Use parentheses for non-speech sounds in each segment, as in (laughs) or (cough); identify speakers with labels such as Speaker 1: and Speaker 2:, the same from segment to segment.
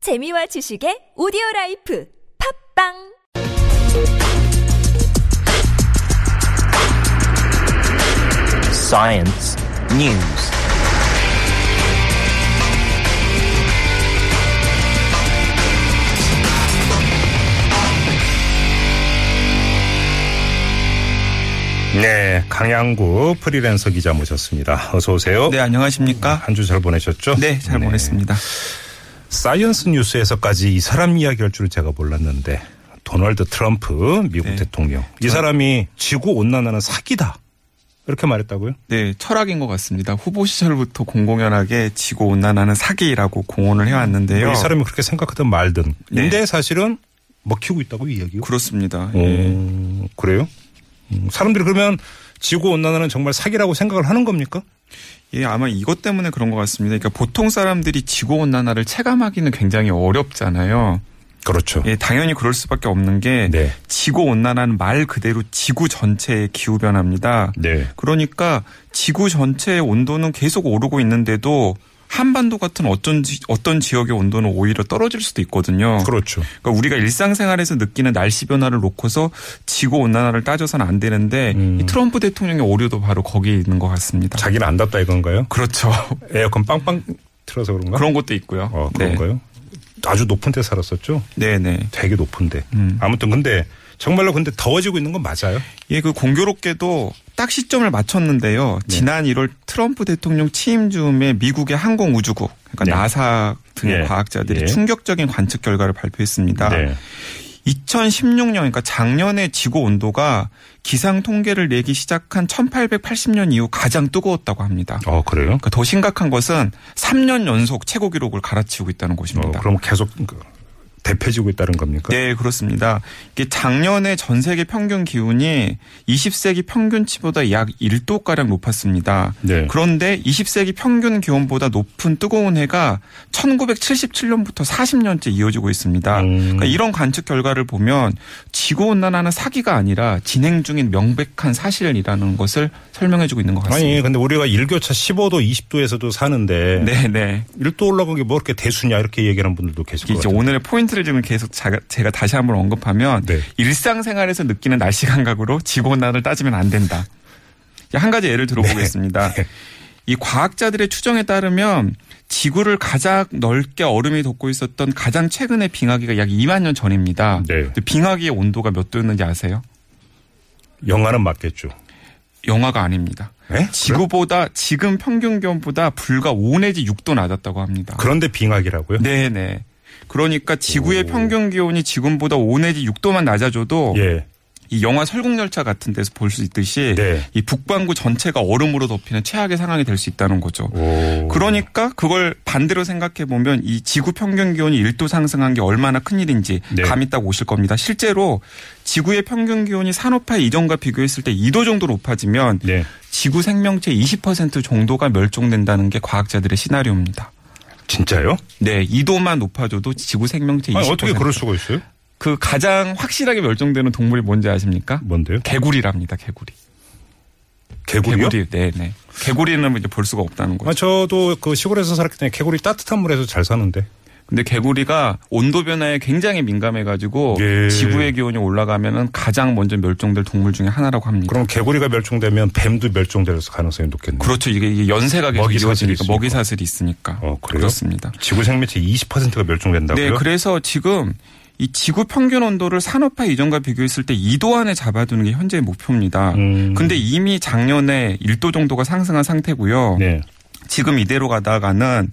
Speaker 1: 재미와 지식의 오디오 라이프 팝빵
Speaker 2: Science News.
Speaker 3: 네, 강양구 프리랜서 기자 모셨습니다. 어서 오세요.
Speaker 4: 네, 안녕하십니까?
Speaker 3: 한 주 잘 보내셨죠?
Speaker 4: 네, 잘 보냈습니다.
Speaker 3: 사이언스 뉴스에서까지 이 사람 이야기할 줄 제가 몰랐는데 도널드 트럼프 미국
Speaker 4: 네.
Speaker 3: 대통령 이 사람이 지구 온난화는 사기다 이렇게 말했다고요?
Speaker 4: 네, 철학인 것 같습니다. 후보 시절부터 공공연하게 지구 온난화는 사기라고 공언을 해왔는데요.
Speaker 3: 뭐 이 사람이 그렇게 생각하든 말든
Speaker 4: 네.
Speaker 3: 근데 사실은 먹히고 있다고 이 이야기요.
Speaker 4: 그렇습니다. 예.
Speaker 3: 음, 그래요? 음, 사람들이 그러면 지구 온난화는 정말 사기라고 생각을 하는 겁니까?
Speaker 4: 예, 아마 이것 때문에 그런 것 같습니다. 그러니까 보통 사람들이 지구 온난화를 체감하기는 굉장히 어렵잖아요.
Speaker 3: 그렇죠.
Speaker 4: 예, 당연히 그럴 수밖에 없는 게
Speaker 3: 네.
Speaker 4: 지구 온난화는 말 그대로 지구 전체의 기후 변화입니다.
Speaker 3: 네.
Speaker 4: 그러니까 지구 전체의 온도는 계속 오르고 있는데도 한반도 같은 어떤 지, 어떤 지역의 온도는 오히려 떨어질 수도 있거든요.
Speaker 3: 그렇죠.
Speaker 4: 그러니까 우리가 일상생활에서 느끼는 날씨 변화를 놓고서 지구 온난화를 따져서는 안 되는데
Speaker 3: 음.
Speaker 4: 이 트럼프 대통령의 오류도 바로 거기에 있는 것 같습니다.
Speaker 3: 자기는 안답다 이건가요?
Speaker 4: 그렇죠. (laughs)
Speaker 3: 에어컨 빵빵 틀어서 그런가?
Speaker 4: 그런 네. 것도 있고요.
Speaker 3: 어, 그런가요? 아주 높은 데 살았었죠?
Speaker 4: 네, 네. 네.
Speaker 3: 되게 높은데.
Speaker 4: 음.
Speaker 3: 아무튼 근데 정말로 근데 더워지고 있는 건 맞아요.
Speaker 4: 예, 그 공교롭게도 딱 시점을 맞췄는데요.
Speaker 3: 네.
Speaker 4: 지난 1월 트럼프 대통령 취임 즈음에 미국의 항공우주국, 그러니까
Speaker 3: 네.
Speaker 4: 나사 등의
Speaker 3: 예.
Speaker 4: 과학자들이
Speaker 3: 예.
Speaker 4: 충격적인 관측 결과를 발표했습니다.
Speaker 3: 네.
Speaker 4: 2016년, 그러니까 작년에 지구 온도가 기상 통계를 내기 시작한 1880년 이후 가장 뜨거웠다고 합니다.
Speaker 3: 어, 그래요?
Speaker 4: 그러니까 더 심각한 것은 3년 연속 최고 기록을 갈아치우고 있다는
Speaker 3: 어,
Speaker 4: 것입니다.
Speaker 3: 그럼 계속 그 대패지고 있다는 겁니까?
Speaker 4: 네, 그렇습니다. 이게 작년에 전 세계 평균 기온이 20세기 평균치보다 약 1도가량 높았습니다.
Speaker 3: 네.
Speaker 4: 그런데 20세기 평균 기온보다 높은 뜨거운 해가 1977년부터 40년째 이어지고 있습니다.
Speaker 3: 음.
Speaker 4: 그러니까 이런 관측 결과를 보면 지구온난화는 사기가 아니라 진행 중인 명백한 사실이라는 것을 설명해주고 있는 것
Speaker 3: 아니,
Speaker 4: 같습니다.
Speaker 3: 근데 우리가 일교차 15도, 20도에서도 사는데
Speaker 4: 네, 네.
Speaker 3: 1도 올라간 게 뭐 이렇게 대수냐 이렇게 얘기하는 분들도 계실 것
Speaker 4: 이제
Speaker 3: 같아요.
Speaker 4: 오늘의 포인트를 지금 계속 자가- 제가 다시 한번 언급하면
Speaker 3: 네.
Speaker 4: 일상생활에서 느끼는 날씨 감각으로 지구온난화를 따지면 안 된다. 한 가지 예를 들어보겠습니다.
Speaker 3: 네.
Speaker 4: 이 과학자들의 추정에 따르면 지구를 가장 넓게 얼음이 덮고 있었던 가장 최근의 빙하기가 약 2만 년 전입니다.
Speaker 3: 네.
Speaker 4: 근데 빙하기의 온도가 몇 도였는지 아세요?
Speaker 3: 영화는 맞겠죠.
Speaker 4: 영하가 아닙니다.
Speaker 3: 예?
Speaker 4: 지구보다 지금 평균 기온보다 불과 5 내지 6도 낮았다고 합니다.
Speaker 3: 그런데 빙하기라고요?
Speaker 4: 네네. 그러니까 지구의 평균 기온이 지금보다 5 내지 6도만 낮아져도
Speaker 3: 예.
Speaker 4: 이 영화 설국열차 같은 데서 볼 수 있듯이
Speaker 3: 네.
Speaker 4: 이 북반구 전체가 얼음으로 덮이는 최악의 상황이 될 수 있다는 거죠.
Speaker 3: 오.
Speaker 4: 그러니까 그걸 반대로 생각해 보면 이 지구 평균 기온이 1도 상승한 게 얼마나 큰 일인지
Speaker 3: 네.
Speaker 4: 감이 딱 오실 겁니다. 실제로 지구의 평균 기온이 산업화 이전과 비교했을 때 2도 정도 높아지면
Speaker 3: 네.
Speaker 4: 지구 생명체 20% 정도가 멸종된다는 게 과학자들의 시나리오입니다.
Speaker 3: 진짜요?
Speaker 4: 네, 2도만 높아져도 지구 생명체 20%.
Speaker 3: 아니, 어떻게 그럴 수가 있어요?
Speaker 4: 그 가장 확실하게 멸종되는 동물이 뭔지 아십니까?
Speaker 3: 뭔데요?
Speaker 4: 개구리랍니다. 개구리.
Speaker 3: 개구리요?
Speaker 4: 개구리. 네, 네. 개구리는 이제 볼 수가 없다는 거죠.
Speaker 3: 아, 저도 그 시골에서 살았기 때문에 개구리 따뜻한 물에서 잘 사는데.
Speaker 4: 근데 개구리가 온도 변화에 굉장히 민감해 가지고
Speaker 3: 예.
Speaker 4: 지구의 기온이 올라가면은 가장 먼저 멸종될 동물 중에 하나라고 합니다.
Speaker 3: 그럼 개구리가 멸종되면 뱀도 멸종될 가능성이 높겠네요.
Speaker 4: 그렇죠. 이게 이게 연세가 계속
Speaker 3: 먹이 사슬이
Speaker 4: 이어지니까
Speaker 3: 있으니까.
Speaker 4: 먹이 사슬이 있으니까.
Speaker 3: 어, 그래요?
Speaker 4: 그렇습니다.
Speaker 3: 지구 생명체 20%가 멸종된다고요?
Speaker 4: 네, 그래서 지금 이 지구 평균 온도를 산업화 이전과 비교했을 때 2도 안에 잡아두는 게 현재의 목표입니다.
Speaker 3: 음.
Speaker 4: 근데 이미 작년에 1도 정도가 상승한 상태고요.
Speaker 3: 네.
Speaker 4: 지금 이대로 가다가는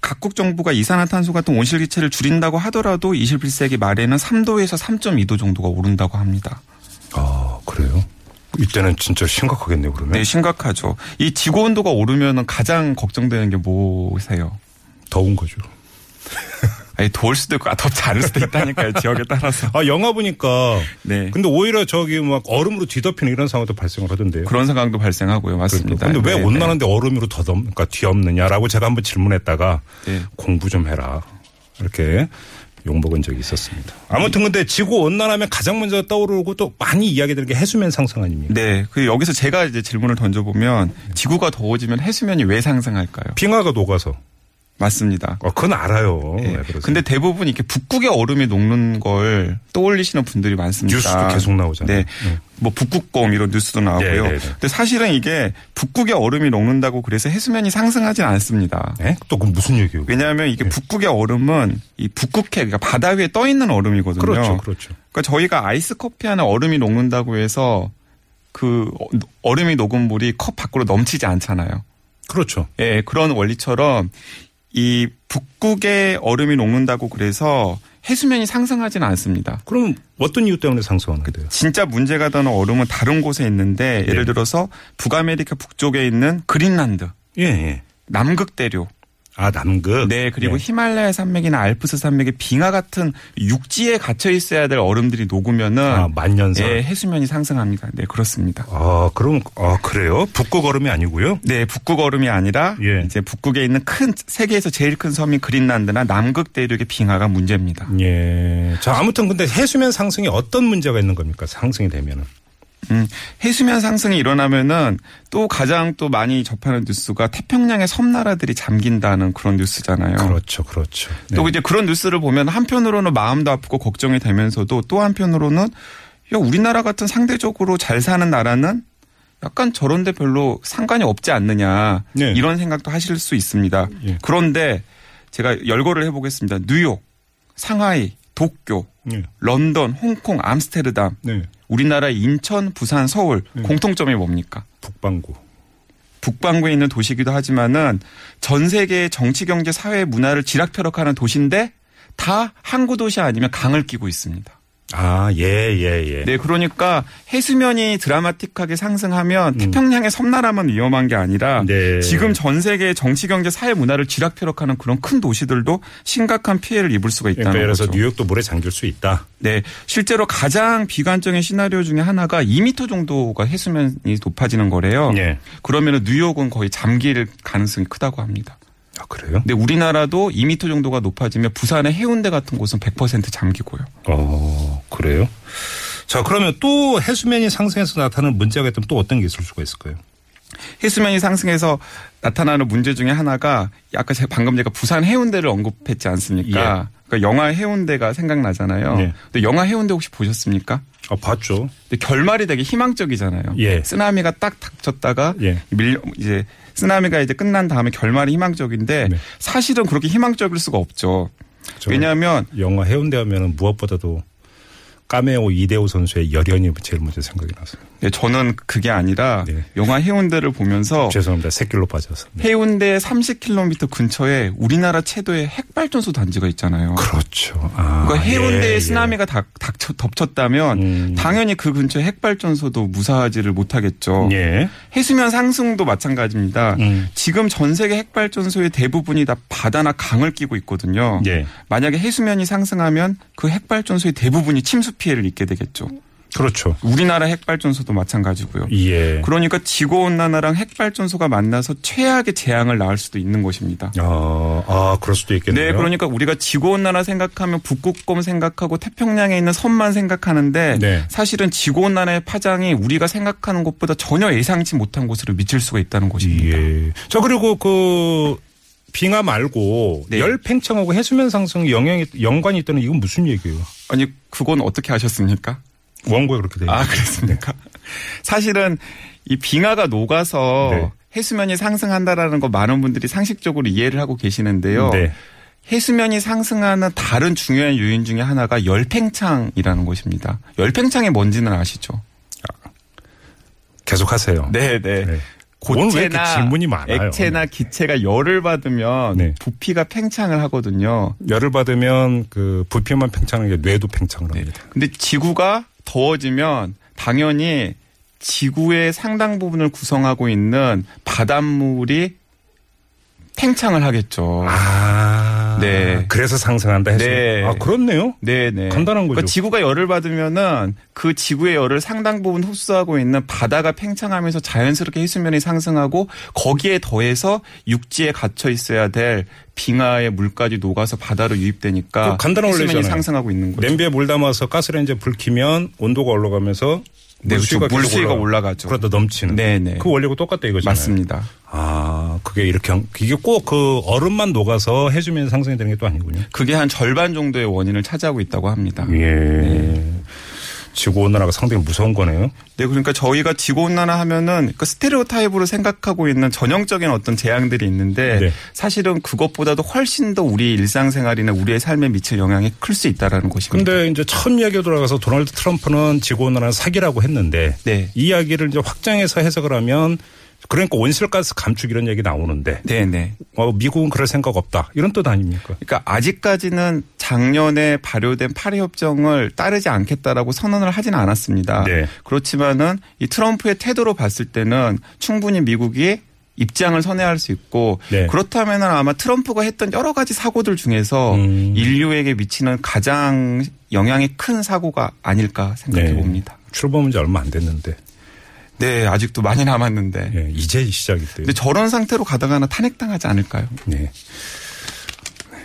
Speaker 4: 각국 정부가 이산화탄소 같은 온실기체를 줄인다고 하더라도 21세기 말에는 3도에서 3.2도 정도가 오른다고 합니다.
Speaker 3: 아, 그래요? 이때는 진짜 심각하겠네요, 그러면.
Speaker 4: 네, 심각하죠. 이 지구 온도가 오르면 가장 걱정되는 게 뭐세요?
Speaker 3: 더운 거죠.
Speaker 4: 아니, 더울 수도 있고 아, 덥지 않을 수도 있다니까요. 지역에
Speaker 3: (laughs)
Speaker 4: 따라서.
Speaker 3: 아, 영화 보니까.
Speaker 4: 네.
Speaker 3: 근데 오히려 저기 막 얼음으로 뒤덮이는 이런 상황도 발생을 하던데요.
Speaker 4: 그런 상황도 발생하고요. 맞습니다.
Speaker 3: 네. 근데 왜
Speaker 4: 네,
Speaker 3: 온난한데 얼음으로 더덮, 그러니까 뒤엎느냐라고 제가 한번 질문했다가
Speaker 4: 네.
Speaker 3: 공부 좀 해라. 이렇게 욕먹은 적이 있었습니다. 아무튼 근데 지구 온난하면 가장 먼저 떠오르고 또 많이 이야기되는 게 해수면 상승 아닙니까?
Speaker 4: 네. 그 여기서 제가 이제 질문을 던져보면 지구가 더워지면 해수면이 왜 상승할까요?
Speaker 3: 빙하가 녹아서.
Speaker 4: 맞습니다.
Speaker 3: 어, 그건 알아요.
Speaker 4: 예.
Speaker 3: 왜 그러세요?
Speaker 4: 근데 대부분 이렇게 북극의 얼음이 녹는 걸 떠올리시는 분들이 많습니다.
Speaker 3: 뉴스도 계속 나오잖아요.
Speaker 4: 네. 뭐 북극곰 이런 뉴스도 나오고요.
Speaker 3: 네, 네, 네.
Speaker 4: 근데 사실은 이게 북극의 얼음이 녹는다고 그래서 해수면이 상승하진 않습니다.
Speaker 3: 예? 또 그건 무슨 얘기예요?
Speaker 4: 왜냐하면
Speaker 3: 네.
Speaker 4: 이게 북극의 얼음은 이 북극해 그러니까 바다 위에 떠 있는 얼음이거든요.
Speaker 3: 그렇죠, 그렇죠.
Speaker 4: 그러니까 저희가 아이스 커피 안에 얼음이 녹는다고 해서 그 어- 얼음이 녹은 물이 컵 밖으로 넘치지 않잖아요.
Speaker 3: 그렇죠.
Speaker 4: 예, 그런 원리처럼 이 북극의 얼음이 녹는다고 그래서 해수면이 상승하지는 않습니다.
Speaker 3: 그럼 어떤 이유 때문에 상승하는데요?
Speaker 4: 진짜 문제가 되는 얼음은 다른 곳에
Speaker 3: 네.
Speaker 4: 있는데 예를 들어서 북아메리카 북쪽에 있는 그린란드,
Speaker 3: 예, 예.
Speaker 4: 남극 대륙,
Speaker 3: 아, 남극.
Speaker 4: 네 그리고
Speaker 3: 예.
Speaker 4: 히말라야 산맥이나 알프스 산맥의 빙하 같은 육지에 갇혀 있어야 될 얼음들이 녹으면은
Speaker 3: 아, 만년설.
Speaker 4: 예, 해수면이 상승합니다. 네 그렇습니다.
Speaker 3: 아, 그럼 아, 그래요? 북극 얼음이 아니고요?
Speaker 4: 네, 북극 얼음이 아니라
Speaker 3: 예.
Speaker 4: 이제 북극에 있는 큰 세계에서 제일 큰 섬인 그린란드나 남극 대륙의 빙하가 문제입니다.
Speaker 3: 예. 자, 아무튼 근데 해수면 상승이 어떤 문제가 있는 겁니까? 상승이 되면은.
Speaker 4: 음, 해수면 상승이 일어나면은 또 가장 또 많이 접하는 뉴스가 태평양의 섬나라들이 잠긴다는 그런 뉴스잖아요.
Speaker 3: 그렇죠. 그렇죠. 네.
Speaker 4: 어. 또 이제 그런 뉴스를 보면 한편으로는 마음도 아프고 걱정이 되면서도 또 한편으로는 야, 우리나라 같은 상대적으로 잘 사는 나라는 약간 저런데 별로 상관이 없지 않느냐
Speaker 3: 네.
Speaker 4: 이런 생각도 하실 수 있습니다.
Speaker 3: 예.
Speaker 4: 그런데 제가 열거를 해보겠습니다. 뉴욕, 상하이, 도쿄,
Speaker 3: 네.
Speaker 4: 런던, 홍콩, 암스테르담,
Speaker 3: 네.
Speaker 4: 우리나라 인천, 부산, 서울
Speaker 3: 음.
Speaker 4: 공통점이 뭡니까?
Speaker 3: 북방구.
Speaker 4: 북반구에 있는 도시이기도 하지만은 전 세계의 정치, 경제, 사회, 문화를 지락펴락하는 도시인데 다 항구 도시 아니면 강을 끼고 있습니다.
Speaker 3: 아, 예, 예, 예.
Speaker 4: 네, 그러니까 해수면이 드라마틱하게 상승하면 태평양의 섬나라만 위험한 게 아니라
Speaker 3: 음. 네.
Speaker 4: 지금 전 세계의 정치, 경제, 사회, 문화를 지락펴락하는 그런 큰 도시들도 심각한 피해를 입을 수가 있다는
Speaker 3: 그러니까 예를 들어서
Speaker 4: 거죠.
Speaker 3: 뉴욕도 물에 잠길 수 있다.
Speaker 4: 네, 실제로 가장 비관적인 시나리오 중에 하나가 2m 정도가 해수면이 높아지는 거래요.
Speaker 3: 예.
Speaker 4: 그러면 뉴욕은 거의 잠길 가능성이 크다고 합니다.
Speaker 3: 아, 그래요?
Speaker 4: 근데 우리나라도 2m 정도가 높아지면 부산의 해운대 같은 곳은 100% 잠기고요.
Speaker 3: 어, 그래요? 자, 그러면 또 해수면이 상승해서 나타나는 문제가 있다면 또 어떤 게 있을 수가 있을까요?
Speaker 4: 해수면이 상승해서 나타나는 문제 중에 하나가 아까 제가 방금 제가 부산 해운대를 언급했지 않습니까? 그러니까 영화 해운대가 생각나잖아요.
Speaker 3: 예.
Speaker 4: 근데 영화 해운대 혹시 보셨습니까?
Speaker 3: 아, 봤죠.
Speaker 4: 근데 결말이 되게 희망적이잖아요.
Speaker 3: 예.
Speaker 4: 쓰나미가 딱 닥쳤다가
Speaker 3: 예.
Speaker 4: 밀려 이제 쓰나미가 이제 끝난 다음에 결말이 희망적인데
Speaker 3: 네. 그렇죠.
Speaker 4: 사실은 그렇게 희망적일 수가 없죠.
Speaker 3: 저
Speaker 4: 왜냐하면
Speaker 3: 영화 해운대 하면은 무엇보다도 까메오 이대호 선수의 열연이 제일 먼저 생각이 나서.
Speaker 4: 네, 저는 그게 아니라
Speaker 3: 네. 그렇죠.
Speaker 4: 영화 해운대를 보면서
Speaker 3: 죄송합니다. 새길로 빠져서. 네.
Speaker 4: 해운대 30km 근처에 우리나라 최도의 핵발전소 단지가 있잖아요.
Speaker 3: 그렇죠. 아,
Speaker 4: 그러니까 해운대에
Speaker 3: 예, 예.
Speaker 4: 쓰나미가 닥, 닥쳐, 덮쳤다면
Speaker 3: 음.
Speaker 4: 당연히 그 근처에 핵발전소도 무사하지를 못하겠죠.
Speaker 3: 예.
Speaker 4: 해수면 상승도 마찬가지입니다.
Speaker 3: 음.
Speaker 4: 지금 전 세계 핵발전소의 대부분이 다 바다나 강을 끼고 있거든요.
Speaker 3: 예.
Speaker 4: 만약에 해수면이 상승하면 그 핵발전소의 대부분이 침수 피해를 입게 되겠죠.
Speaker 3: 그렇죠.
Speaker 4: 우리나라 핵발전소도 마찬가지고요.
Speaker 3: 예.
Speaker 4: 그러니까 지구온난화랑 핵발전소가 만나서 최악의 재앙을 낳을 수도 있는 것입니다.
Speaker 3: 아, 아, 그럴 수도 있겠네요.
Speaker 4: 네, 그러니까 우리가 지구온난화 생각하면 북극곰 생각하고 태평양에 있는 섬만 생각하는데
Speaker 3: 네.
Speaker 4: 사실은 지구온난화의 파장이 우리가 생각하는 것보다 전혀 예상치 못한 곳으로 미칠 수가 있다는 것입니다.
Speaker 3: 예. 자, 그리고 그 빙하 말고
Speaker 4: 네.
Speaker 3: 열 팽창하고 해수면 상승 영향이 연관이 있다는 이건 무슨 얘기예요?
Speaker 4: 아니 그건 어떻게 아셨습니까?
Speaker 3: 원고에 그렇게 돼 있는
Speaker 4: 아 그렇습니까? (laughs) 사실은 이 빙하가 녹아서
Speaker 3: 네.
Speaker 4: 해수면이 상승한다라는 거 많은 분들이 상식적으로 이해를 하고 계시는데요.
Speaker 3: 네.
Speaker 4: 해수면이 상승하는 다른 중요한 요인 중에 하나가 열팽창이라는 것입니다. 열팽창이 뭔지는 아시죠?
Speaker 3: 계속하세요.
Speaker 4: 네, 네.
Speaker 3: 네. 오늘 왜 이렇게
Speaker 4: 고체나
Speaker 3: 질문이 많아요?
Speaker 4: 액체나 기체가 열을 받으면
Speaker 3: 네.
Speaker 4: 부피가 팽창을 하거든요.
Speaker 3: 열을 받으면 그 부피만 팽창하는 게 뇌도 팽창을 합니다.
Speaker 4: 근데 지구가 더워지면 당연히 지구의 상당 부분을 구성하고 있는 바닷물이 팽창을 하겠죠.
Speaker 3: 아,
Speaker 4: 네.
Speaker 3: 그래서 상승한다 해서.
Speaker 4: 네.
Speaker 3: 아, 그렇네요.
Speaker 4: 네네.
Speaker 3: 간단한 거죠.
Speaker 4: 그러니까 지구가 열을 받으면은 그 지구의 열을 상당 부분 흡수하고 있는 바다가 팽창하면서 자연스럽게 해수면이 상승하고 거기에 더해서 육지에 갇혀 있어야 될 빙하의 물까지 녹아서 바다로 유입되니까
Speaker 3: 그 간단한
Speaker 4: 해수면이
Speaker 3: 원리잖아요.
Speaker 4: 상승하고 있는 거죠.
Speaker 3: 냄비에 물 담아서 가스레인지에 불 켜면 온도가 올라가면서
Speaker 4: 네, 그렇죠.
Speaker 3: 물수위가 계속
Speaker 4: 물수위가
Speaker 3: 올라가-
Speaker 4: 올라가죠.
Speaker 3: 그러다 넘치는.
Speaker 4: 네네.
Speaker 3: 그 원리고 똑같다 이거잖아요.
Speaker 4: 맞습니다.
Speaker 3: 아, 그게 이렇게 한- 이게 꼭 그 얼음만 녹아서 해수면 상승이 되는 게 또 아니군요.
Speaker 4: 그게 한 절반 정도의 원인을 차지하고 있다고 합니다.
Speaker 3: 예. 지구 온난화가 상당히 무서운 거네요.
Speaker 4: 네, 그러니까 저희가 지구온난화 하면은 그 스테레오 타입으로 생각하고 있는 전형적인 어떤 재앙들이 있는데
Speaker 3: 네.
Speaker 4: 사실은 그것보다도 훨씬 더 우리 일상생활이나 우리의 삶에 미칠 영향이 클 수 있다라는 것입니다.
Speaker 3: 근데 이제 처음 이야기로 돌아가서 도널드 트럼프는 지구 온난화 사기라고 했는데
Speaker 4: 네.
Speaker 3: 이 이야기를 이제 확장해서 해석을 하면 그러니까 온실가스 감축 이런 얘기 나오는데
Speaker 4: 네네.
Speaker 3: 어, 미국은 그럴 생각 없다. 이런 뜻 아닙니까?
Speaker 4: 그러니까 아직까지는 작년에 발효된 파리 협정을 따르지 않겠다라고 선언을 하진 않았습니다.
Speaker 3: 네.
Speaker 4: 그렇지만은 이 트럼프의 태도로 봤을 때는 충분히 미국이 입장을 선회할 수 있고
Speaker 3: 네.
Speaker 4: 그렇다면은 아마 트럼프가 했던 여러 가지 사고들 중에서
Speaker 3: 음.
Speaker 4: 인류에게 미치는 가장 영향이 큰 사고가 아닐까 생각해
Speaker 3: 네.
Speaker 4: 봅니다.
Speaker 3: 출범한 지 얼마 안 됐는데
Speaker 4: 네, 아직도 많이 남았는데.
Speaker 3: 예, 이제 시작이 돼요.
Speaker 4: 근데 저런 상태로 가다가는 탄핵당하지 않을까요?
Speaker 3: 네.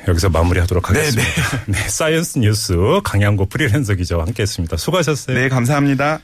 Speaker 3: 여기서 마무리하도록 하겠습니다. (laughs) 네, 사이언스 뉴스 강양고 프리랜서 기자와 함께했습니다. 수고하셨어요.
Speaker 4: 네, 감사합니다.